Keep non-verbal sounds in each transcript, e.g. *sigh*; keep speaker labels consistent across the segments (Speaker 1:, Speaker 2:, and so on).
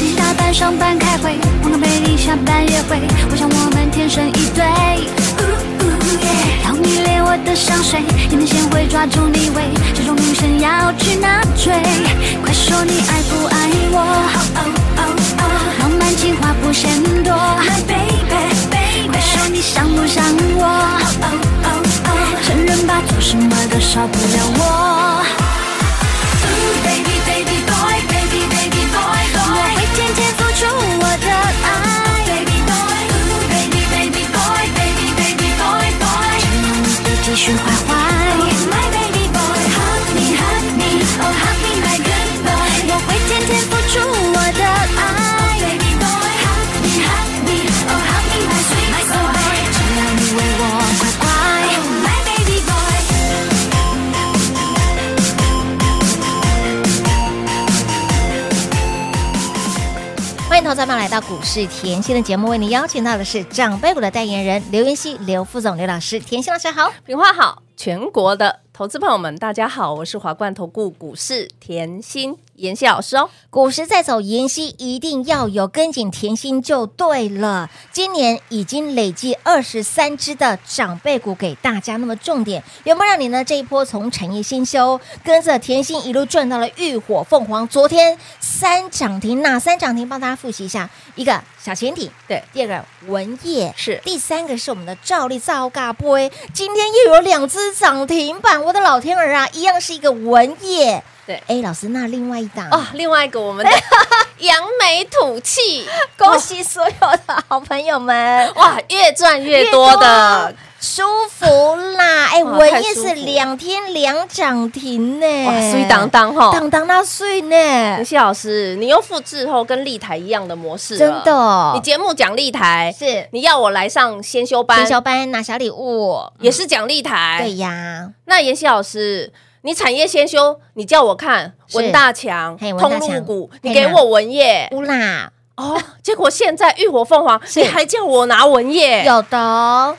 Speaker 1: 一大班上班开会，忙个美丽下班约会，我想我们天生一对。呜呜耶要你恋我的香水，眼睛先会抓住你味，这种女生要去哪追？快说你爱不爱我？浪漫情话不嫌多快说你想不想我？承认吧，做什么都少不了我。Ooh, baby, baby boy, baby, baby boy, boy 我会天天付出我的爱。Baby boy, ooh, baby, baby boy, baby, baby boy, boy 只要你别继续坏坏。Oh, my baby boy, hug me, hug me, oh hug me, my good boy 我会天天付出我的爱。Baby boy, hug me, hug me, oh hug me, my sweet my boy 只要你为我乖乖。Oh, my baby boy.
Speaker 2: 欢迎投资者朋友来到股市甜心的节目，为您邀请到的是长辈股的代言人刘云熙、刘副总、刘老师。甜心老师好，
Speaker 3: 平花好，全国的投资朋友们，大家好，我是华冠投顾股市甜心妍希老师哦。
Speaker 2: 股市在走，妍希一定要有跟紧甜心就对了。今年已经累计二十三只的长辈股给大家，那么重点有没有让你呢这一波从产业新修跟着甜心一路赚到了浴火凤凰？昨天三涨停，哪三涨停？帮大家复习一下，一个小潜艇，
Speaker 3: 对，
Speaker 2: 第二个文业
Speaker 3: 是
Speaker 2: 第三个是我们的照例赵嘎波，今天又有两只涨停板，我的老天儿啊，一样是一个文业。
Speaker 3: 对
Speaker 2: 哎，老师，那另外一档
Speaker 3: 哦，另外一个我
Speaker 2: *laughs*
Speaker 3: 们的扬眉吐气，
Speaker 2: 恭喜所有的好朋友们，
Speaker 3: 哇，越赚越多的，
Speaker 2: 舒服啦！哎，
Speaker 3: 哇
Speaker 2: 文
Speaker 3: 太
Speaker 2: 业
Speaker 3: 舒
Speaker 2: 是
Speaker 3: 服
Speaker 2: 两天两涨停呢，
Speaker 3: 哇，水当当哈。
Speaker 2: 哎当当那碎呢，
Speaker 3: 妍希老师，你又复制后跟立台一样的模式了，
Speaker 2: 真的哦
Speaker 3: 你节目讲立台，
Speaker 2: 是
Speaker 3: 你要我来上先修班，
Speaker 2: 陈小班拿小礼物，
Speaker 3: 也是讲立台，
Speaker 2: 嗯对呀，
Speaker 3: 那妍希老师，你产业先修，你叫我看
Speaker 2: 是
Speaker 3: 文大强、
Speaker 2: 嘿文大
Speaker 3: 通
Speaker 2: 强
Speaker 3: 路股，
Speaker 2: 嘿
Speaker 3: 你给
Speaker 2: 呐
Speaker 3: 我文业
Speaker 2: 乌啦，
Speaker 3: 哦，结果现在浴火凤凰，
Speaker 2: 是
Speaker 3: 你还叫我拿文业，
Speaker 2: 有的哦，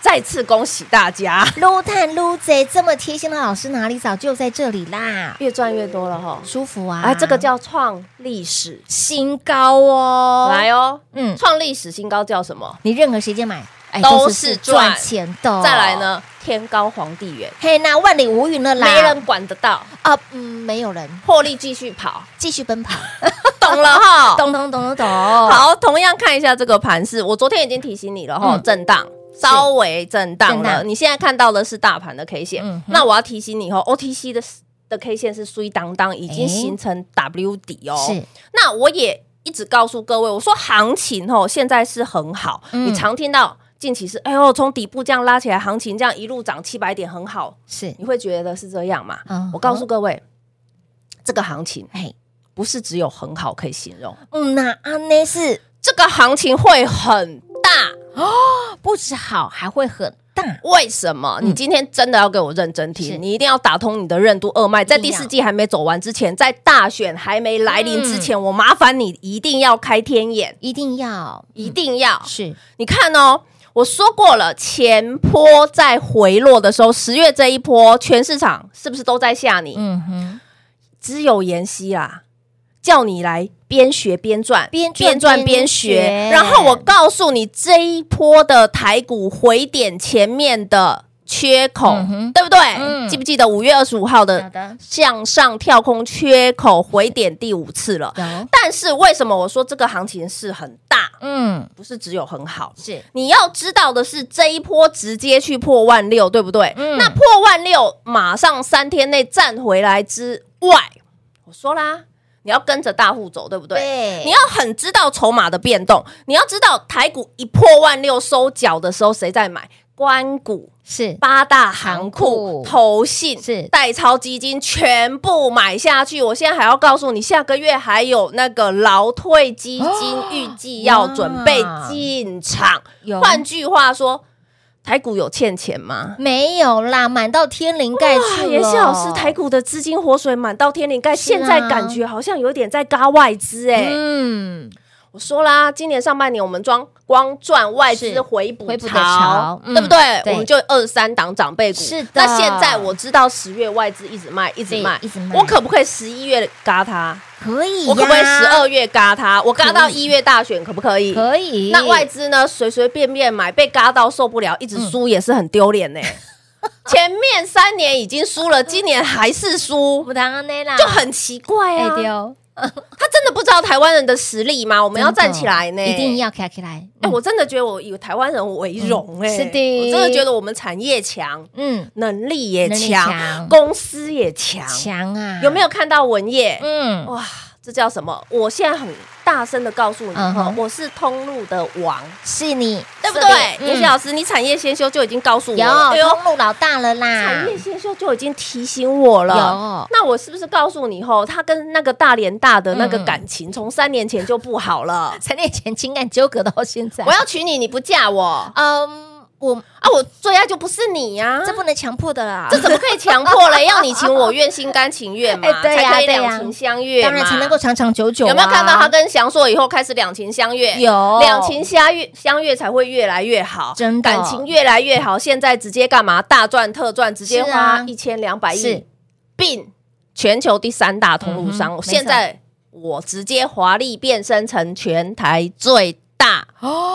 Speaker 3: 再次恭喜大家，
Speaker 2: 撸探撸贼这么贴心的老师哪里找，就在这里啦，
Speaker 3: 越赚越多了哈！
Speaker 2: 舒服啊！
Speaker 3: 啊，这个叫创历史，
Speaker 2: 新高哦，
Speaker 3: 来哦，
Speaker 2: 嗯，
Speaker 3: 创历史新高叫什么？
Speaker 2: 你任何时间买，哎，
Speaker 3: 都
Speaker 2: 是
Speaker 3: 是
Speaker 2: 赚
Speaker 3: 赚
Speaker 2: 钱的。
Speaker 3: 再来？呢，天高皇帝远，
Speaker 2: 嘿，那万里无云了啦，
Speaker 3: 没人管得到，
Speaker 2: 啊，嗯，没有人
Speaker 3: 获利继续 *laughs* 跑，
Speaker 2: 继续奔跑，
Speaker 3: 懂了哈？
Speaker 2: 懂懂懂懂懂。，
Speaker 3: 好，同样看一下这个盘势，我昨天已经提醒你了哈，
Speaker 2: 嗯
Speaker 3: 震荡。稍微震荡
Speaker 2: 震
Speaker 3: 了，
Speaker 2: 荡
Speaker 3: 你现在看到的是大盘的 K 线，
Speaker 2: 嗯哼
Speaker 3: 那我要提醒你哦，OTC 的的 K 线是碎当当，已
Speaker 2: 诶
Speaker 3: 经形成 W 底哦。
Speaker 2: 是
Speaker 3: 那我也一直告诉各位，我说行情哦，现在是很好，
Speaker 2: 嗯
Speaker 3: 你常听到近期是哎呦从底部这样拉起来，行情这样一路涨七百点很好，
Speaker 2: 是，
Speaker 3: 你会觉得是这样嘛？
Speaker 2: 嗯
Speaker 3: 我告诉各位，这个行情
Speaker 2: 哎，
Speaker 3: 不是只有很好可以形容。
Speaker 2: 嗯，那安内是
Speaker 3: 这个行情会很大。
Speaker 2: 不止好，还会很大。
Speaker 3: 为什么？
Speaker 2: 嗯
Speaker 3: 你今天真的要给我认真
Speaker 2: 是
Speaker 3: 听，你一定要打通你的任督二脉。在第四季还没走完之前，在大选还没来临之前，我麻烦你一定要开天眼，
Speaker 2: 一定要嗯
Speaker 3: 一定要。
Speaker 2: 是
Speaker 3: 你看哦。我说过了，前坡在回落的时候，十月这一波，全市场是不是都在吓你？
Speaker 2: 嗯哼，
Speaker 3: 只有妍希啦，叫你来边学边赚，
Speaker 2: 边赚边
Speaker 3: 边
Speaker 2: 学
Speaker 3: 学。然后我告诉你，这一波的台股回点前面的缺口，
Speaker 2: 嗯哼
Speaker 3: 对不对？
Speaker 2: 嗯
Speaker 3: 记不记得五月二十五号
Speaker 2: 好
Speaker 3: 的
Speaker 2: 的
Speaker 3: 向上跳空缺口回点第五次了？
Speaker 2: 有，
Speaker 3: 但是为什么我说这个行情是很大，
Speaker 2: 嗯，
Speaker 3: 不是只有很好？
Speaker 2: 是
Speaker 3: 你要知道的是，这一波直接去破万六，对不对？
Speaker 2: 嗯
Speaker 3: 那破万六，马上三天内站回来之外，我说啦，你要跟着大户走，对不对？
Speaker 2: 对
Speaker 3: 你要很知道筹码的变动，你要知道台股一破万六收脚的时候谁在买，关谷、
Speaker 2: 是
Speaker 3: 八大行
Speaker 2: 行库
Speaker 3: 库、投信
Speaker 2: 是
Speaker 3: 代超基金全部买下去。我现在还要告诉你，下个月还有那个劳退基金
Speaker 2: 哦，
Speaker 3: 预计要准备进场
Speaker 2: 有。
Speaker 3: 换句话说，台股有欠钱吗？
Speaker 2: 没有啦，满到天灵盖去
Speaker 3: 哇
Speaker 2: 了。
Speaker 3: 妍希老师，台股的资金活水满到天灵盖，
Speaker 2: 是啊
Speaker 3: 现在感觉好像有点在嘎外资哎、
Speaker 2: 嗯，
Speaker 3: 我说啦，今年上半年我们装光赚外
Speaker 2: 是
Speaker 3: 资回补
Speaker 2: 回补的潮
Speaker 3: 潮，
Speaker 2: 嗯
Speaker 3: 对不对？
Speaker 2: 对
Speaker 3: 我们就二三档长辈股。
Speaker 2: 是的
Speaker 3: 那现在我知道十月外资一直卖，一直
Speaker 2: 对
Speaker 3: 卖，
Speaker 2: 一直卖
Speaker 3: 我可不可以十一月嘎它？
Speaker 2: 可以呀，
Speaker 3: 我可不可以十二月嘎它？我嘎到
Speaker 2: 可以
Speaker 3: 一月大选可不可以？
Speaker 2: 可以？
Speaker 3: 那外资呢，随随便便买，被嘎到受不了，一直输也是很丢脸呢。
Speaker 2: 嗯
Speaker 3: 前面三年已经输了，今年还是输
Speaker 2: 不，当内啦，
Speaker 3: 就很奇
Speaker 2: 嗯
Speaker 3: 怪
Speaker 2: 哎
Speaker 3: 啊！
Speaker 2: 丢，
Speaker 3: 他真的不知道台湾人的实力吗？我
Speaker 2: 我
Speaker 3: 们要站起来呢，
Speaker 2: 一定。要卡起来。
Speaker 3: 哎、我真的觉得我以台湾人为荣哎、
Speaker 2: 嗯是的
Speaker 3: 我真的觉得我们产业强，
Speaker 2: 嗯
Speaker 3: 能力也
Speaker 2: 能力强
Speaker 3: 强，公司也强，
Speaker 2: 强啊，
Speaker 3: 有没？有看到文业？
Speaker 2: 嗯，
Speaker 3: 哇，这叫什么？我现在很大声的告诉你、
Speaker 2: 嗯哼
Speaker 3: 我是通路的王，
Speaker 2: 是你
Speaker 3: 对不对？
Speaker 2: 也
Speaker 3: 妍希老师，你产业先修就已经告诉我
Speaker 2: 有
Speaker 3: 了，哎呦
Speaker 2: 通路老大了啦
Speaker 3: 产，业先修就已经提醒我了。
Speaker 2: 有
Speaker 3: 那我是不是告诉你后，他跟那个大连大的那个
Speaker 2: 嗯？
Speaker 3: 感情从三年前就不好了
Speaker 2: 三年前情感纠葛到现在，
Speaker 3: 我要娶你，你不嫁我，
Speaker 2: 嗯，我
Speaker 3: 啊，我最爱就不是你呀、
Speaker 2: 这不能强迫的啦，
Speaker 3: 啊这怎么可以强迫嘞？要你情我愿，心甘情愿嘛，
Speaker 2: *laughs* 哎对呀
Speaker 3: 才可以
Speaker 2: 对呀
Speaker 3: 两情相悦嘛，
Speaker 2: 当然才能够长长久久啊。
Speaker 3: 有没有看到他跟翔硕以后开始两情相悦？
Speaker 2: 有
Speaker 3: 两情相悦，相悦才会越来越好，
Speaker 2: 哦真的
Speaker 3: 感情越来越好。现在直接干嘛？大赚特赚，直接
Speaker 2: 是啊
Speaker 3: 花一千两百
Speaker 2: 是
Speaker 3: 亿，并全球第三大通路商。
Speaker 2: 嗯哼
Speaker 3: 现在我直接华丽变身成全台最大。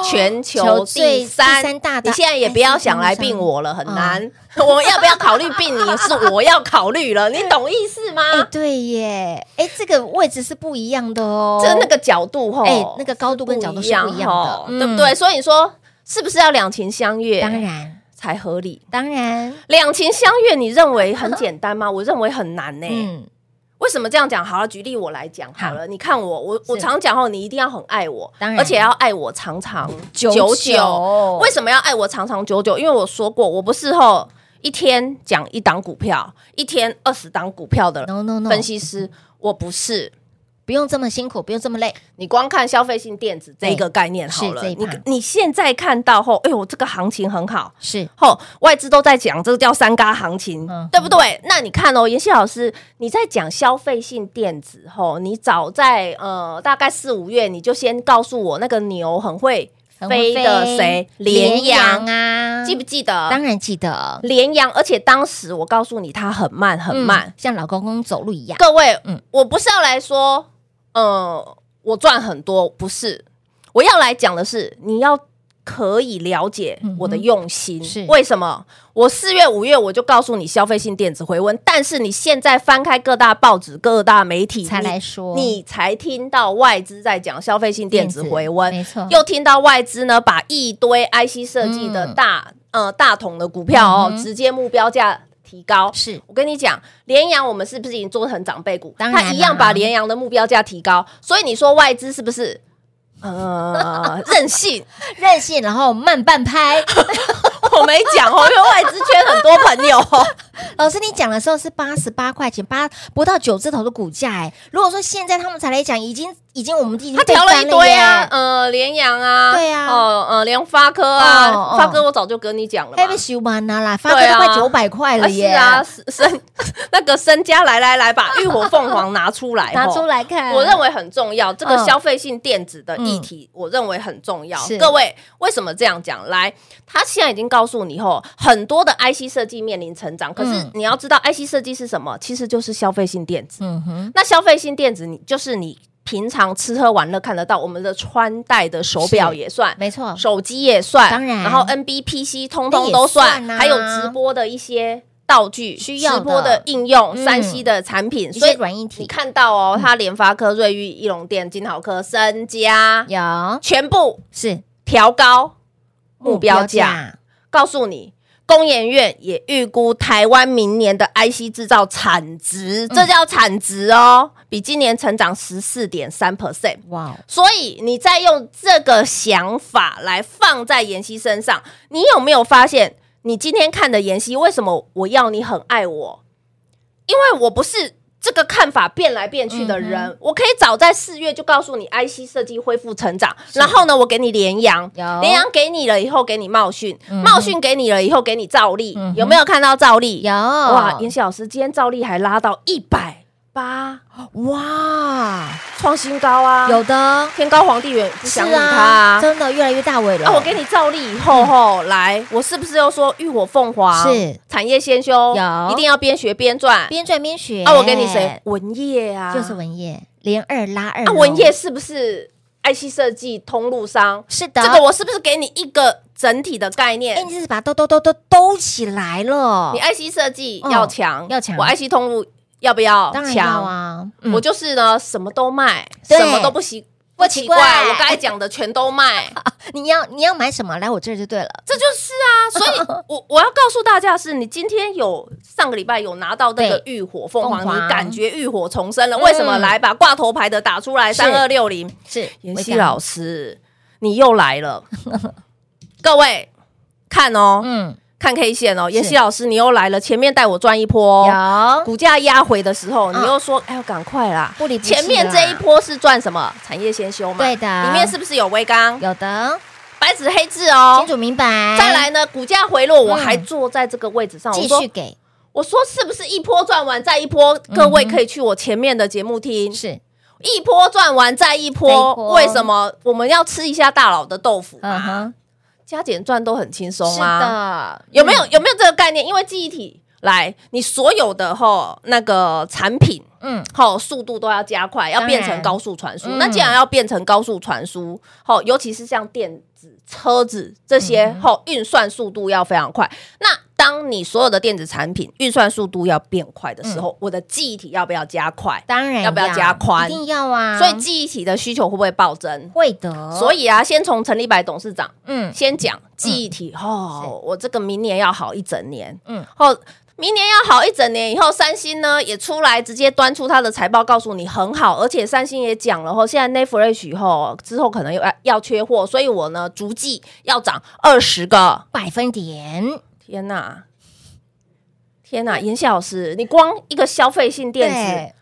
Speaker 3: 全球
Speaker 2: 哦球最
Speaker 3: 第三
Speaker 2: 第三大嗯的
Speaker 3: 你现在也不要想来并我了，很难。 *laughs* 我要不要考虑并你？是我要考虑了，你懂意思吗？
Speaker 2: 哎，对耶，哎，这个位置是不一样的哦，
Speaker 3: 这那个角度吼，
Speaker 2: 哎那个高度跟角度是不一样的
Speaker 3: 吼
Speaker 2: 嗯
Speaker 3: 对哦不对？所以你说是不是要两情相悦？
Speaker 2: 当然
Speaker 3: 才合理。
Speaker 2: 当然，
Speaker 3: 两情相悦，你认为很简单吗？ *laughs* 我认为很难呢、
Speaker 2: 嗯，
Speaker 3: 为什么这样讲？好了，举例我来讲好了。你看我，我我
Speaker 2: 是
Speaker 3: 常讲哦，你一定要很爱我，
Speaker 2: 当然
Speaker 3: 而且要爱我长长
Speaker 2: 久
Speaker 3: 久
Speaker 2: 久
Speaker 3: 久。为什么要爱我长长久久？因为我说过，我不是吼一天讲一档股票，一天二十档股票的
Speaker 2: No, no, no
Speaker 3: 分析师，我不是。
Speaker 2: 不用这么辛苦，不用这么累，
Speaker 3: 你光看消费性电子这一个概念好
Speaker 2: 对是
Speaker 3: 了，
Speaker 2: 这一
Speaker 3: 你
Speaker 2: 趴
Speaker 3: 你现在看到后，哎呦，这个行情很好，
Speaker 2: 是
Speaker 3: 后外资都在讲这个叫三嘎行情，
Speaker 2: 嗯
Speaker 3: 对不对？那你看哦，妍希老师，你在讲消费性电子后，你早在呃大概四五月，你就先告诉我那个牛很会
Speaker 2: 很会
Speaker 3: 飞的谁，
Speaker 2: 联
Speaker 3: 联阳，
Speaker 2: 啊，
Speaker 3: 记不记得？
Speaker 2: 当然记得，
Speaker 3: 联阳，而且当时我告诉你，它很慢很慢，
Speaker 2: 嗯像老公公走路一样，
Speaker 3: 各位，
Speaker 2: 嗯
Speaker 3: 我不是要来说，呃，我赚很多，不是，我要来讲的是，你要可以了解我的用心。
Speaker 2: 嗯是
Speaker 3: 为什么？我四月、五月我就告诉你消费性电子回温，但是你现在翻开各大报纸、各大媒体
Speaker 2: 才来
Speaker 3: 你
Speaker 2: 说
Speaker 3: 你才听到外资在讲消费性电子回温，
Speaker 2: 没错
Speaker 3: 又听到外资呢把一堆 IC 设计的
Speaker 2: 嗯
Speaker 3: 大、呃大桶的股票哦，
Speaker 2: 嗯哼
Speaker 3: 直接目标价提高，
Speaker 2: 是
Speaker 3: 我跟你讲，联阳我们是不是已经做成长辈股？
Speaker 2: 当然啊啦
Speaker 3: 它一样把联阳的目标价提高，所以你说外资是不是？呃， *laughs* 任性，
Speaker 2: 任性，然后慢半拍。 *laughs*
Speaker 3: 我没讲哦，因为外资圈很多
Speaker 2: *laughs*
Speaker 3: 朋友哦。
Speaker 2: 老师，你讲的时候是八十八块钱，八不到九字头的股价哎。如果说现在他们才来讲，已经已经我们已经
Speaker 3: 他调了一
Speaker 2: 被翻
Speaker 3: 堆啊，
Speaker 2: 耶，
Speaker 3: 呃，联阳啊，
Speaker 2: 对啊
Speaker 3: 哦，呃，联发科啊
Speaker 2: 哦哦，
Speaker 3: 发科我早就跟你讲了嘛
Speaker 2: 还，被修完了啦，发
Speaker 3: 对
Speaker 2: 哥
Speaker 3: 啊
Speaker 2: 都快九百块
Speaker 3: 啊
Speaker 2: 了
Speaker 3: 是 *laughs*
Speaker 2: 耶！
Speaker 3: 啊，身那个身家来来来，把浴火凤凰拿出
Speaker 2: *laughs*
Speaker 3: 来，
Speaker 2: 拿出
Speaker 3: 来。
Speaker 2: 来看，
Speaker 3: 我认为很重要，这个
Speaker 2: 嗯
Speaker 3: 消费性电子的议题，我认为很重要
Speaker 2: 是。
Speaker 3: 各位，为什么这样讲？来，他现在已经告诉你后，很多的 IC 设计面临成长，可是
Speaker 2: 嗯
Speaker 3: 你要知道，IC 设计是什么？其实就是消费性电子。
Speaker 2: 嗯哼，
Speaker 3: 那消费性电子，你就是你平常吃喝玩乐看得到，我们的穿戴的手表
Speaker 2: 是
Speaker 3: 也算，
Speaker 2: 没错，
Speaker 3: 手机也算，
Speaker 2: 当然
Speaker 3: 然后 NBPC 通通都
Speaker 2: 那也
Speaker 3: 算，
Speaker 2: 算啊
Speaker 3: 还有直播的一些道具，
Speaker 2: 需要的
Speaker 3: 直播的应用，
Speaker 2: 嗯
Speaker 3: 三 C 的产品，
Speaker 2: 一
Speaker 3: 所
Speaker 2: 些
Speaker 3: 以
Speaker 2: 软硬体
Speaker 3: 你看到哦，它联发科、瑞昱、翼龙店、金豪科、森家
Speaker 2: 有
Speaker 3: 全部
Speaker 2: 是
Speaker 3: 调高目标价，告诉你。工研院也预估台湾明年的 IC 制造产值，这叫产值哦，比今年成长十四点三 percent。
Speaker 2: 哇哦，
Speaker 3: 所以你再用这个想法来放在妍希身上，你有没有发现，你今天看的妍希，为什么我要你很爱我？因为我不是这个看法变来变去的
Speaker 2: 嗯
Speaker 3: 人，我可以早在四月就告诉你，IC 设计恢复成长，然后呢，我给你联阳
Speaker 2: 有，
Speaker 3: 联阳给你了以后给你茂讯，
Speaker 2: 嗯哼
Speaker 3: 茂讯给你了以后给你兆利，
Speaker 2: 嗯哼
Speaker 3: 有没有看到兆利？
Speaker 2: 有
Speaker 3: 哇，妍希老师今天兆利还拉到一百八，
Speaker 2: 哇，
Speaker 3: 创新高啊！
Speaker 2: 有的
Speaker 3: 天高皇帝远，不
Speaker 2: 是
Speaker 3: 想理他
Speaker 2: 啊，
Speaker 3: 啊。
Speaker 2: 真的越来越大尾了。
Speaker 3: 啊，我给你照例以后吼，来，我是不是又说浴火凤凰
Speaker 2: 是
Speaker 3: 产业先修，
Speaker 2: 有
Speaker 3: 一定要边学边赚
Speaker 2: 边赚边学
Speaker 3: 啊？我给你谁？？文业啊，
Speaker 2: 就是文业，哦连二拉二
Speaker 3: 啊，
Speaker 2: 咯。
Speaker 3: 文业是不是 IC 设计通路商？
Speaker 2: 是的，
Speaker 3: 这个我是不是给你一个整体的概
Speaker 2: 哎，
Speaker 3: 念
Speaker 2: 你？这是把兜兜兜兜兜起来了
Speaker 3: 你。IC 设计
Speaker 2: 嗯
Speaker 3: 要强，
Speaker 2: 要强
Speaker 3: 我 IC 通路要不要
Speaker 2: 当然要
Speaker 3: 强？
Speaker 2: 啊，
Speaker 3: 我就是呢，什么都卖，
Speaker 2: 对
Speaker 3: 什么都不奇
Speaker 2: 不
Speaker 3: 不
Speaker 2: 奇
Speaker 3: 奇
Speaker 2: 怪
Speaker 3: 怪，我刚才讲的全都卖。
Speaker 2: 你要你要买什么来我这儿就对了。
Speaker 3: 这就是
Speaker 2: *laughs*
Speaker 3: 啊，所以我我要告诉大家的是，你今天有上个礼拜有拿到那个浴火凤凰，
Speaker 2: 凤凰嗯
Speaker 3: 你感觉浴火重生了？为什么？来把挂头牌的打出来，
Speaker 2: 是
Speaker 3: 三二六零，
Speaker 2: 是
Speaker 3: 妍希老，师，你又
Speaker 2: *laughs*
Speaker 3: 来了，各位看哦，
Speaker 2: 嗯，
Speaker 3: 看 K 线哦，
Speaker 2: 是
Speaker 3: 妍希老师你又来了，前面带我赚一波哦，
Speaker 2: 有
Speaker 3: 股价压回的时候，
Speaker 2: 嗯
Speaker 3: 你又说，哎呦，赶快啦！
Speaker 2: 不离不弃
Speaker 3: 前面
Speaker 2: 啦
Speaker 3: 这一波是赚什么？产业先修嘛，
Speaker 2: 对的
Speaker 3: 里面是不是有微钢？
Speaker 2: 有的
Speaker 3: 白纸黑字哦，
Speaker 2: 清楚明白，
Speaker 3: 再来呢，股价回落，我
Speaker 2: 嗯
Speaker 3: 还坐在这个位置上。我
Speaker 2: 继
Speaker 3: 说
Speaker 2: 续，给
Speaker 3: 我说是不是一波赚完再一波？各位
Speaker 2: 嗯哼
Speaker 3: 可以去我前面的节目听，
Speaker 2: 是，
Speaker 3: 一波赚完再一
Speaker 2: 嗯再一
Speaker 3: 波
Speaker 2: 波。
Speaker 3: 为什么我们要吃一下大佬的豆腐
Speaker 2: 嗯
Speaker 3: 嘛？
Speaker 2: 哼，
Speaker 3: 加减赚都很轻松
Speaker 2: 是
Speaker 3: 啊，
Speaker 2: 的，嗯
Speaker 3: 有没有有没有这个概念？因为记忆体来，你所有的吼那个产品。
Speaker 2: 嗯？嗯，
Speaker 3: 吼，速度都要加快，要
Speaker 2: 当
Speaker 3: 变成
Speaker 2: 然
Speaker 3: 高速传输。
Speaker 2: 嗯
Speaker 3: 那既然要变成高速传输，吼，尤其是像电子、车子这些，
Speaker 2: 嗯
Speaker 3: 吼，运算速度要非常快。那当你所有的电子产品运算速度要变快的
Speaker 2: 嗯
Speaker 3: 时候，我的记忆体要不要加快？
Speaker 2: 当然
Speaker 3: 要不要加宽
Speaker 2: 一定要啊，哦
Speaker 3: 所以记忆体的需求会不会暴增？
Speaker 2: 会的，
Speaker 3: 所
Speaker 2: 以
Speaker 3: 以啊，先从陈立白董事长
Speaker 2: 嗯，
Speaker 3: 先讲记忆体、哦，我这个明年要好一整年，
Speaker 2: 嗯
Speaker 3: 嗯，后明年要好一整年以后，三星呢也出来直接端出它的财报，告诉你很好，而且三星也讲了，后现在 n e f r e s h 以后之后可能又要要缺货，所以我呢逐季要涨二十个，
Speaker 2: 百分点
Speaker 3: 天哪！天呐，妍希老师，你光一个消费性电子，
Speaker 2: 对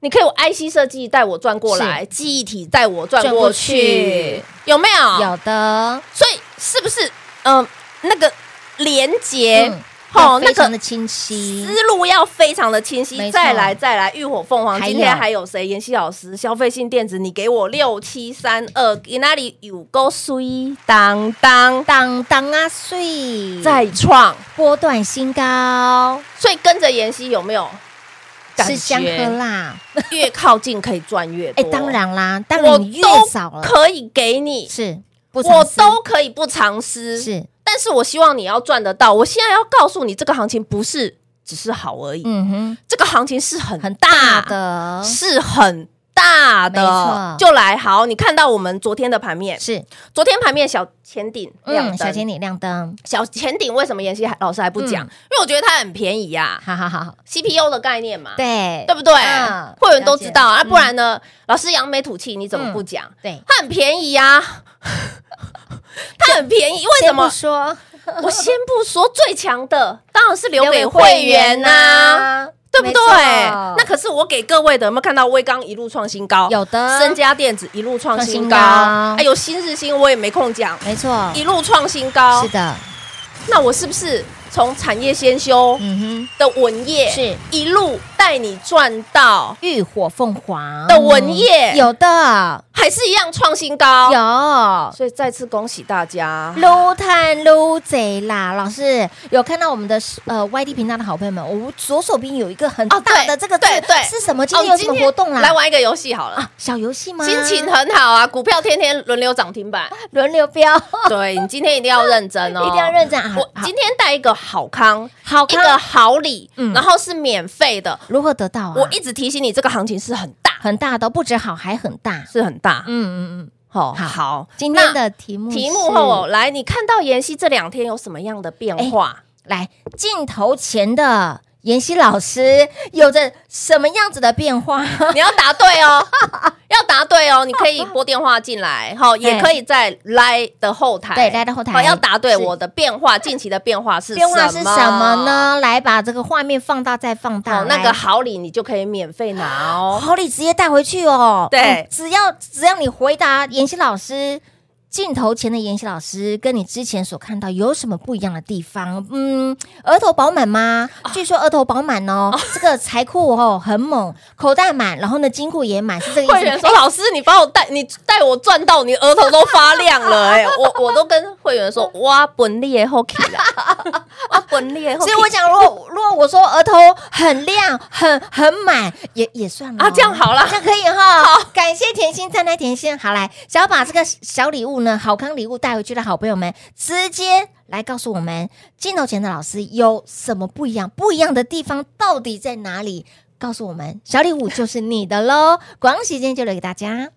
Speaker 3: 你可以有 IC 设计带我转过来，记忆体带我转
Speaker 2: 转过
Speaker 3: 过去
Speaker 2: 去，
Speaker 3: 有没有？
Speaker 2: 有的，
Speaker 3: 所以是不是嗯、呃那个连接
Speaker 2: 嗯，
Speaker 3: 吼、
Speaker 2: 非
Speaker 3: 那
Speaker 2: 常的
Speaker 3: 个
Speaker 2: 清晰，
Speaker 3: 思路要非常的清
Speaker 2: 没
Speaker 3: 晰。
Speaker 2: 错
Speaker 3: 再来再来，浴火凤凰
Speaker 2: 还有
Speaker 3: 今天还有谁？妍希老师，消费性电子，你给我六七三二，你那里有够水当当
Speaker 2: 当当啊碎，
Speaker 3: 再创，
Speaker 2: 波段新高，
Speaker 3: 所以跟着妍希有没有？感
Speaker 2: 吃香喝
Speaker 3: 觉
Speaker 2: 辣，
Speaker 3: 越靠近可以赚越
Speaker 2: 哎，
Speaker 3: 多，
Speaker 2: 当然啦，当
Speaker 3: 我
Speaker 2: 然你越
Speaker 3: 都
Speaker 2: 少了，
Speaker 3: 可以给你，
Speaker 2: 是不藏
Speaker 3: 我
Speaker 2: 私？
Speaker 3: 都可以不藏私，
Speaker 2: 是，
Speaker 3: 但是我希望你要赚得到。我现在要告诉你，这个行情不是只是好而已，
Speaker 2: 嗯哼，
Speaker 3: 这个行情是很
Speaker 2: 很大
Speaker 3: 大，
Speaker 2: 的，
Speaker 3: 是很大
Speaker 2: 没错
Speaker 3: 的。就来好，你看到我们昨天的盘面，
Speaker 2: 是，
Speaker 3: 昨天盘面小前顶亮
Speaker 2: 嗯，
Speaker 3: 灯，
Speaker 2: 小钱你亮灯，
Speaker 3: 小前顶为什么妍希老师还不讲？
Speaker 2: 嗯
Speaker 3: 因为我觉得它很便宜啊呀、
Speaker 2: 好好好，
Speaker 3: CPU 的概念嘛，
Speaker 2: 对
Speaker 3: 对不对？
Speaker 2: 嗯
Speaker 3: 会员都知道
Speaker 2: 了
Speaker 3: 啊，
Speaker 2: 解
Speaker 3: 不然呢，老师扬眉吐气，你怎么
Speaker 2: 嗯
Speaker 3: 不讲？
Speaker 2: 对，
Speaker 3: 它很便宜呀、 *laughs* 它很便宜，为什
Speaker 2: 先
Speaker 3: 么
Speaker 2: 不？说 *laughs*
Speaker 3: 我先不说最强的，当然是留给会员
Speaker 2: *laughs*
Speaker 3: 呐、
Speaker 2: 呐，
Speaker 3: 对不对？
Speaker 2: 啊没错
Speaker 3: 那可是我给各位的，有没有看到威刚一路创新高？
Speaker 2: 有的
Speaker 3: 身家电子一路创新高，
Speaker 2: 创新高
Speaker 3: 哎呦，新日新我也没空讲，
Speaker 2: 没错，
Speaker 3: 一路创新高。
Speaker 2: 是的，
Speaker 3: 那我是不是从产业先修
Speaker 2: 嗯哼，
Speaker 3: 的文业，
Speaker 2: 是
Speaker 3: 一路带你赚到，
Speaker 2: 浴火凤凰
Speaker 3: 的文业
Speaker 2: 嗯有的
Speaker 3: 还是一样创新高？
Speaker 2: 有。
Speaker 3: 所以再次恭喜大家。
Speaker 2: 撸探撸贼啦！老师有看到我们的呃 YD 频道的好朋友们，我左手边有一个很
Speaker 3: 哦
Speaker 2: 大
Speaker 3: 对
Speaker 2: 的这个字
Speaker 3: 对对
Speaker 2: 是什么？今
Speaker 3: 哦
Speaker 2: 天有什么活动啦？啊
Speaker 3: 来玩一个游戏好了，
Speaker 2: 小游戏吗？
Speaker 3: 心情很好啊，股票天天轮流涨停板。
Speaker 2: 轮流标，
Speaker 3: 对你今天一定要认真哦，
Speaker 2: *laughs* 一定要认真啊！
Speaker 3: 我
Speaker 2: 好
Speaker 3: 今天带一个好康，
Speaker 2: 好
Speaker 3: 一
Speaker 2: 康
Speaker 3: 个好礼
Speaker 2: 嗯，
Speaker 3: 然后是免费的。
Speaker 2: 如何得到啊？
Speaker 3: 我一直提醒你，这个行情是很大，
Speaker 2: 很大的，不止好，还很大。
Speaker 3: 是很大
Speaker 2: 嗯。嗯嗯，
Speaker 3: 好
Speaker 2: 好
Speaker 3: 好，
Speaker 2: 今天的题目
Speaker 3: 题目
Speaker 2: 是
Speaker 3: 后来，你看到妍希这两天有什么样的变化？
Speaker 2: 来，镜头前的妍希老师有着什么样子的变
Speaker 3: *laughs*
Speaker 2: 化？
Speaker 3: 你要答对
Speaker 2: *laughs*
Speaker 3: 哦，要答对哦，你可以拨电话进来，好，也可以在 Line 的后台，
Speaker 2: 对，来到后
Speaker 3: 好
Speaker 2: 台
Speaker 3: 要答对
Speaker 2: 是
Speaker 3: 我的变化，近期的变化是
Speaker 2: 变化是什么？呢？来把这个画面放大再放大，
Speaker 3: 好，哦那个
Speaker 2: 来
Speaker 3: 好礼你就可以免费拿哦。
Speaker 2: 好礼直接带回去哦。
Speaker 3: 对
Speaker 2: 哎只要只要你回答妍希老师。镜头前的妍希老师跟你之前所看到有什么不一样的地方？嗯，额头饱满吗？
Speaker 3: 哦
Speaker 2: 据说额头饱满哦，这个财库哦很猛，口袋满，然后呢金库也满，是这个意
Speaker 3: 会
Speaker 2: 思
Speaker 3: 员
Speaker 2: 吗。
Speaker 3: 说：“老师，你把我带，你带我赚到，你额头都发
Speaker 2: *laughs*
Speaker 3: 亮了、欸。”哎，我我都跟会员说：“哇，本利也好起
Speaker 2: *laughs*
Speaker 3: 啦，哇，本利也好
Speaker 2: 所以我讲，如果如果我说额头很亮、很很满，也也算了哦
Speaker 3: 啊，这样好了
Speaker 2: 这。样可以哈。好，感谢甜心，再来甜心。好来，想要把这个小礼物呢，好康礼物带回去的好朋友们，直接来告诉我们，镜头前的老师有什么不一样？不一样的地方到底在哪里？告诉我们，小礼物就是你的喽。广告时间就留给大家。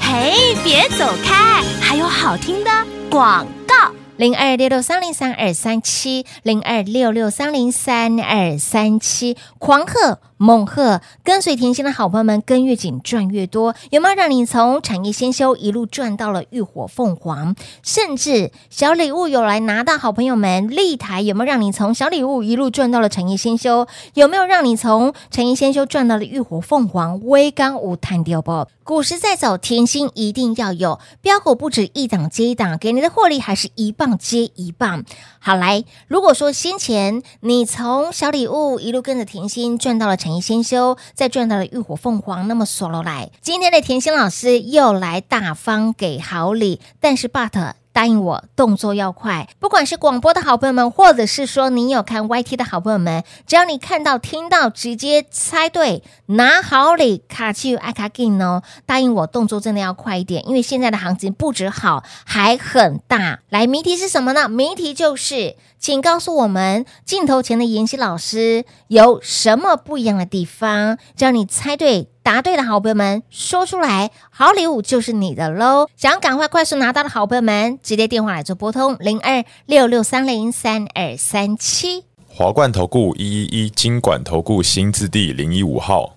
Speaker 4: 嘿，别走开，还有好听的广告。
Speaker 2: 零二六六三零三二三七，零二六六三零三二三七，狂贺猛贺，跟随甜心的好朋友们，跟越紧赚越多，有没有让你从产业先修一路赚到了浴火凤凰？甚至小礼物有来拿到，好朋友们，立台有没有让你从小礼物一路赚到了产业先修？有没有让你从产业先修赚到了浴火凤凰、微刚无探掉不？股市在走，甜心一定要有，标股不止一档接一档，给你的获利还是一棒接一棒。好来，如果说先前你从小礼物一路跟着甜心赚到了产业先修，再赚到了浴火凤凰，那么索罗来，今天的甜心老师又来大方给好礼，但是 but。答应我，动作要快。不管是广播的好朋友们，或者是说你有看 YT 的好朋友们，只要你看到、听到，直接猜对，拿好礼，卡去爱卡进哦。答应我，动作真的要快一点，因为现在的行情不止好，还很大。来，谜题是什么呢？谜题就是，请告诉我们镜头前的妍希老师有什么不一样的地方？只要你猜对。答对的好朋友们，说出来，好礼物就是你的喽！想要赶快快速拿到的好朋友们，直接电话来做拨通零二六六三零三二三七。
Speaker 5: 华冠投顾一一一金管投顾新字第零一五号，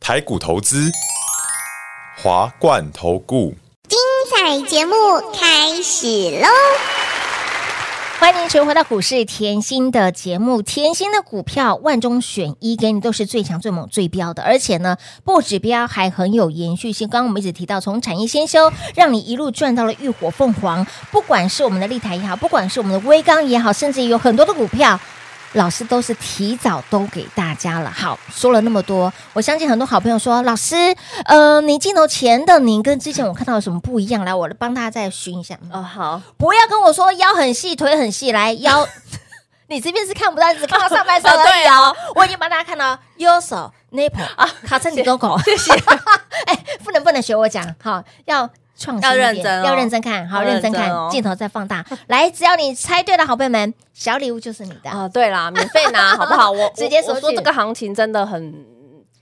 Speaker 5: 台股投资，华冠投顾。
Speaker 6: 彩节目开始喽！
Speaker 2: 欢迎持续回到股市甜心的节目，甜心的股票万中选一，给你都是最强、最猛、最标的，而且呢，不指标还很有延续性。刚刚我们一直提到，从产业先修，让你一路赚到了浴火凤凰。不管是我们的立台也好，不管是我们的微钢也好，甚至有很多的股票。老师都是提早都给大家了。好，说了那么多，我相信很多好朋友说，老师，呃，你镜头前的你跟之前我看到有什么不一样？来，我帮大家再寻一下。嗯
Speaker 3: 哦，好，
Speaker 2: 不要跟我说腰很细，腿很细，来
Speaker 3: *laughs*
Speaker 2: 腰，你这边是看不到，只看到上半身而已、
Speaker 3: 哦对
Speaker 2: 哦。我已经帮大家看到右手 nipple 啊，卡成你 g o 谢谢。 *laughs* 哎，不能不能学我讲，好要。创新一点
Speaker 3: 要认真哦
Speaker 2: 要认真看，好
Speaker 3: 要
Speaker 2: 认
Speaker 3: 认
Speaker 2: 真
Speaker 3: 真
Speaker 2: 看，
Speaker 3: 哦
Speaker 2: 镜头再放大。来，只要你猜对了，好朋友们，小礼物就是你的，
Speaker 3: 啊，对啦，免费拿好不好？我
Speaker 2: *laughs* 直接
Speaker 3: 我
Speaker 2: 索
Speaker 3: 我说
Speaker 2: 取
Speaker 3: 这个行情真的很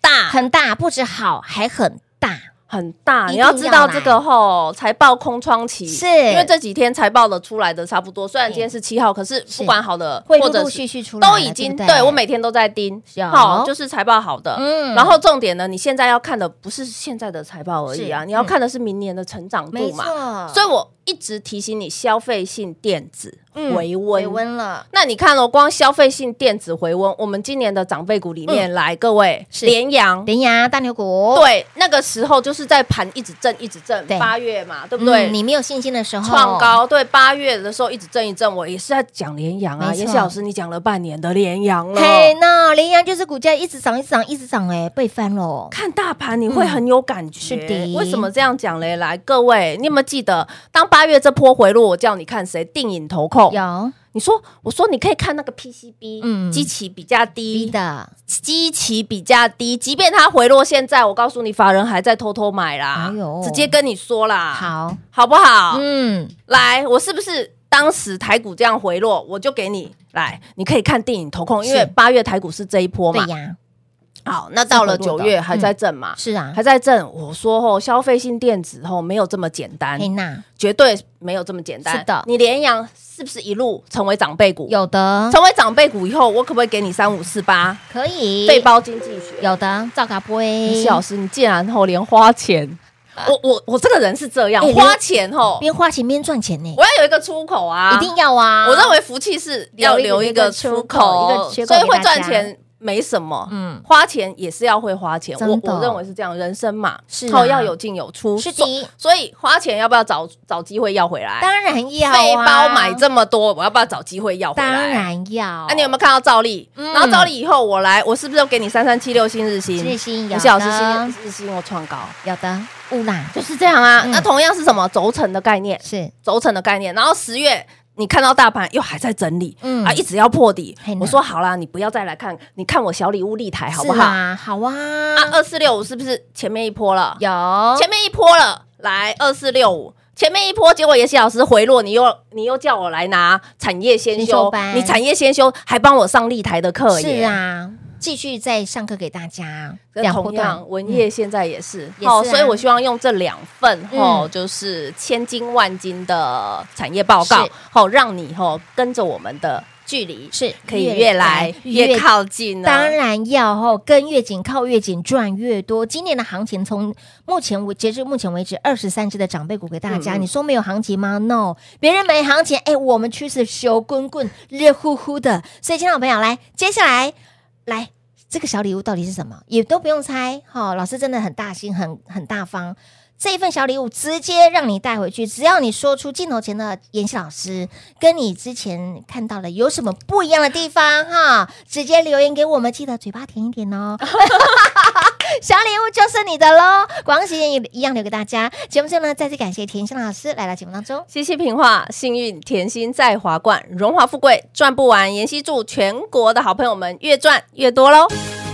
Speaker 3: 大，
Speaker 2: 很大，不止好，还很大。
Speaker 3: 很大，
Speaker 2: 一
Speaker 3: 你
Speaker 2: 定要
Speaker 3: 要知道这个吼，财报空窗期
Speaker 2: 是
Speaker 3: 因为这几天财报的出来的差不多，虽然今天是七号，可是
Speaker 2: 是
Speaker 3: 不管好的
Speaker 2: 会
Speaker 3: 或
Speaker 2: 陆
Speaker 3: 者
Speaker 2: 陆
Speaker 3: 是
Speaker 2: 续续出来了，
Speaker 3: 都已经
Speaker 2: 对不
Speaker 3: 对我每天都在盯
Speaker 2: 有，
Speaker 3: 好，就是财报好的，
Speaker 2: 嗯
Speaker 3: 然后重点呢，你现在要看的不是现在的财报而已啊，
Speaker 2: 是
Speaker 3: 你要看的是明年的成长
Speaker 2: 没
Speaker 3: 度嘛，
Speaker 2: 错，
Speaker 3: 所以我一直提醒你，消费性电子
Speaker 2: 嗯
Speaker 3: 回温。
Speaker 2: 回温了，
Speaker 3: 那你看哦，光消费性电子回温，我们今年的长辈股里面来，各位
Speaker 2: 嗯是
Speaker 3: 联阳，
Speaker 2: 羚羊大牛股，
Speaker 3: 对，那个时候就是在盘一直震，一直震
Speaker 2: 对，
Speaker 3: 八月嘛，对不
Speaker 2: 嗯
Speaker 3: 对？
Speaker 2: 你没有信心的时候，
Speaker 3: 创高，对，八月的时候一直震一震，我也是在讲联阳啊，
Speaker 2: 没错
Speaker 3: 妍希老师，你讲了半年的联阳了。
Speaker 2: 嘿，那羚羊就是股价一直涨，一直涨，一直涨，哎，被翻了。
Speaker 3: 看大盘你会很有感觉，
Speaker 2: 嗯是的
Speaker 3: 为什么这样讲嘞？来，各位，你有没有记得，当八月这波回落，我叫你看谁定影投控？
Speaker 2: 有
Speaker 3: 你说，我说你可以看那个 PCB，
Speaker 2: 嗯
Speaker 3: 嗯，基期比较
Speaker 2: 低
Speaker 3: 低，
Speaker 2: 的，
Speaker 3: 基期比较低，即便它回落，现在我告诉你，法人还在偷偷买啦
Speaker 2: 哎呦，
Speaker 3: 直接跟你说啦，，
Speaker 2: 好，
Speaker 3: 好不好？
Speaker 2: 嗯，
Speaker 3: 来，我是不是当时台股这样回落，我就给你来，你可以看电影投控，因为
Speaker 2: 是
Speaker 3: 八月台股是这一波
Speaker 2: 对
Speaker 3: 嘛。
Speaker 2: 呀，
Speaker 3: 好，那到了
Speaker 2: 是回落
Speaker 3: 九
Speaker 2: 的
Speaker 3: 月还在震嘛，
Speaker 2: 是啊
Speaker 3: 还，在震。我说吼，消费性电子吼没有这么简单，
Speaker 2: 黑娜
Speaker 3: 绝对没有这么简单。
Speaker 2: 是的
Speaker 3: 你联阳是不是一路成为长辈股？
Speaker 2: 有的
Speaker 3: 成为长辈股以后，我可不可以给你三五四八
Speaker 2: 可以，
Speaker 3: 背包经济学？
Speaker 2: 有的赵卡波
Speaker 3: 林夕老师，你竟然后连花钱，我我我这个人是这样，
Speaker 2: 啊哎
Speaker 3: 花钱吼，
Speaker 2: 边花钱边赚钱呢，
Speaker 3: 我要有一个出口啊，
Speaker 2: 一定要啊！
Speaker 3: 我认为福气是要留一个出
Speaker 2: 留一
Speaker 3: 口
Speaker 2: 个，缺口
Speaker 3: 所以会
Speaker 2: 给大
Speaker 3: 赚
Speaker 2: 家
Speaker 3: 钱没什么，
Speaker 2: 嗯
Speaker 3: 嗯，花钱也是要会花钱，
Speaker 2: 真
Speaker 3: 我
Speaker 2: 的
Speaker 3: 我认为是这样，人生嘛，
Speaker 2: 是
Speaker 3: 后
Speaker 2: 啊
Speaker 3: 要有进有出，
Speaker 2: 是的
Speaker 3: 所所以花钱要不要找找机会要回来？
Speaker 2: 当然要啊
Speaker 3: 背包买这么多，我要不要找机会要回来？
Speaker 2: 当。然要。
Speaker 3: 啊，你有没有看到赵丽？
Speaker 2: 嗯
Speaker 3: 然后赵丽以后我来，我是不是又给你三三七六新日新？
Speaker 2: 日新有
Speaker 3: 林夕老师
Speaker 2: 的
Speaker 3: 新日新我创高，
Speaker 2: 有的乌啦，
Speaker 3: 就是这样啊。
Speaker 2: 嗯
Speaker 3: 那同样是什么轴承的概念？
Speaker 2: 是
Speaker 3: 轴承的概念。然后十月你看到大盘又还在整理，
Speaker 2: 嗯
Speaker 3: 啊，一直要破底
Speaker 2: 嘿。呐
Speaker 3: 我说好啦，你不要再来看，你看我小礼物立台好不
Speaker 2: 是
Speaker 3: 好？啊，
Speaker 2: 啦，好啊，
Speaker 3: 二四六五是不是前面一波了？
Speaker 2: 有
Speaker 3: 前面一波了，来二四六五。前面一波，结果妍希老师回落，你又你又叫我来拿产业先
Speaker 2: 先修
Speaker 3: 修
Speaker 2: 班，
Speaker 3: 你产业先修还帮我上立台的课耶，
Speaker 2: 是啊，继续再上课给大家
Speaker 3: 跟
Speaker 2: 两波
Speaker 3: 同
Speaker 2: 段，
Speaker 3: 样
Speaker 2: 嗯
Speaker 3: 文业现在也是
Speaker 2: 也是
Speaker 3: 哦，
Speaker 2: 啊
Speaker 3: 所以我希望用这两份
Speaker 2: 嗯
Speaker 3: 哦，就是千金万金的产业报告
Speaker 2: 是
Speaker 3: 哦，让你哦跟着我们的距离
Speaker 2: 是
Speaker 3: 可以越来越。靠近了。
Speaker 2: 当然要吼，跟越紧靠越紧，赚越多。今年的行情从目前为截至目前为止，二十三只的长辈股给大家，
Speaker 3: 嗯嗯
Speaker 2: 你说没有行情吗？No，别人没行情，哎，我们趋势小滚滚、热乎乎的。所以，亲爱的朋友，来，接下来来这个小礼物到底是什么，也都不用猜。好、老师真的很大心，很很大方。这一份小礼物直接让你带回去，只要你说出镜头前的妍希老师跟你之前看到的有什么不一样的地方哈，直接留言给我们，记得嘴巴甜一点哦。小礼物就是你的喽，广告时间也一样留给大家。节目最后呢，再次感谢甜心老师来到节目当中。
Speaker 3: 西西平话，幸运甜心在华冠，荣华富贵赚不完。妍希祝全国的好朋友们越赚越多喽！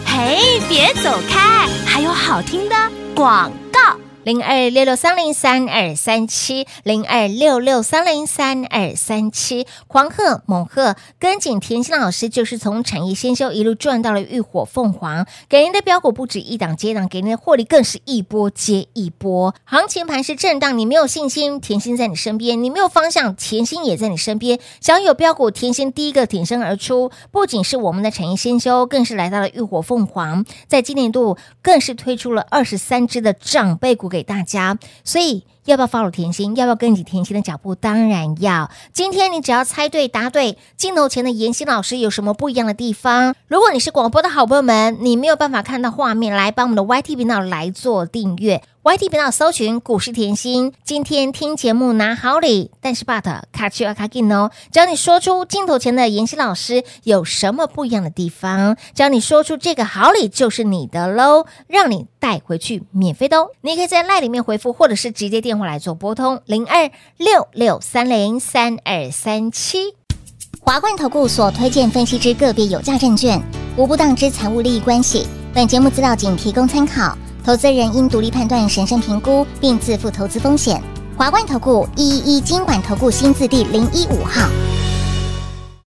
Speaker 6: 嘿，别走开，还有好听的广告。
Speaker 2: 零二六六三零三二三七，零二六六三零三二三七，狂贺猛贺，跟紧甜心老师就是从产业先修一路赚到了浴火凤凰，给您的标股不止一档接一档，给您的获利更是一波接一波。行情盘是震荡，你没有信心，甜心在你身边；你没有方向，甜心也在你身边。想有标股，甜心第一个挺身而出，不仅是我们的产业先修，更是来到了浴火凤凰，在今年度更是推出了二十三只的长辈股给大家，所以。要不要 follow 甜心？要不要跟紧甜心的脚步？当然要。今天你只要猜对、答对，镜头前的妍希老师有什么不一样的地方？如果你是广播的好朋友们，你没有办法看到画面，来帮我们的 YT 频道来做订阅。YT 频道搜寻股市甜心，今天听节目拿好礼，但是 but 卡丘阿卡金哦，只要你说出镜头前的妍希老师有什么不一样的地方，只要你说出这个好礼就是你的喽，让你带回去免费的哦。你也可以在赖里面回复，或者是直接电话来做拨通零二六六三零三二三七。
Speaker 6: 华冠投顾所推荐分析之个别有价证券，无不当之财务利益关系。本节目资料仅提供参考，投资人应独立判断、审慎评估，并自负投资风险。华冠投顾一一一金管投顾新字第零一五号。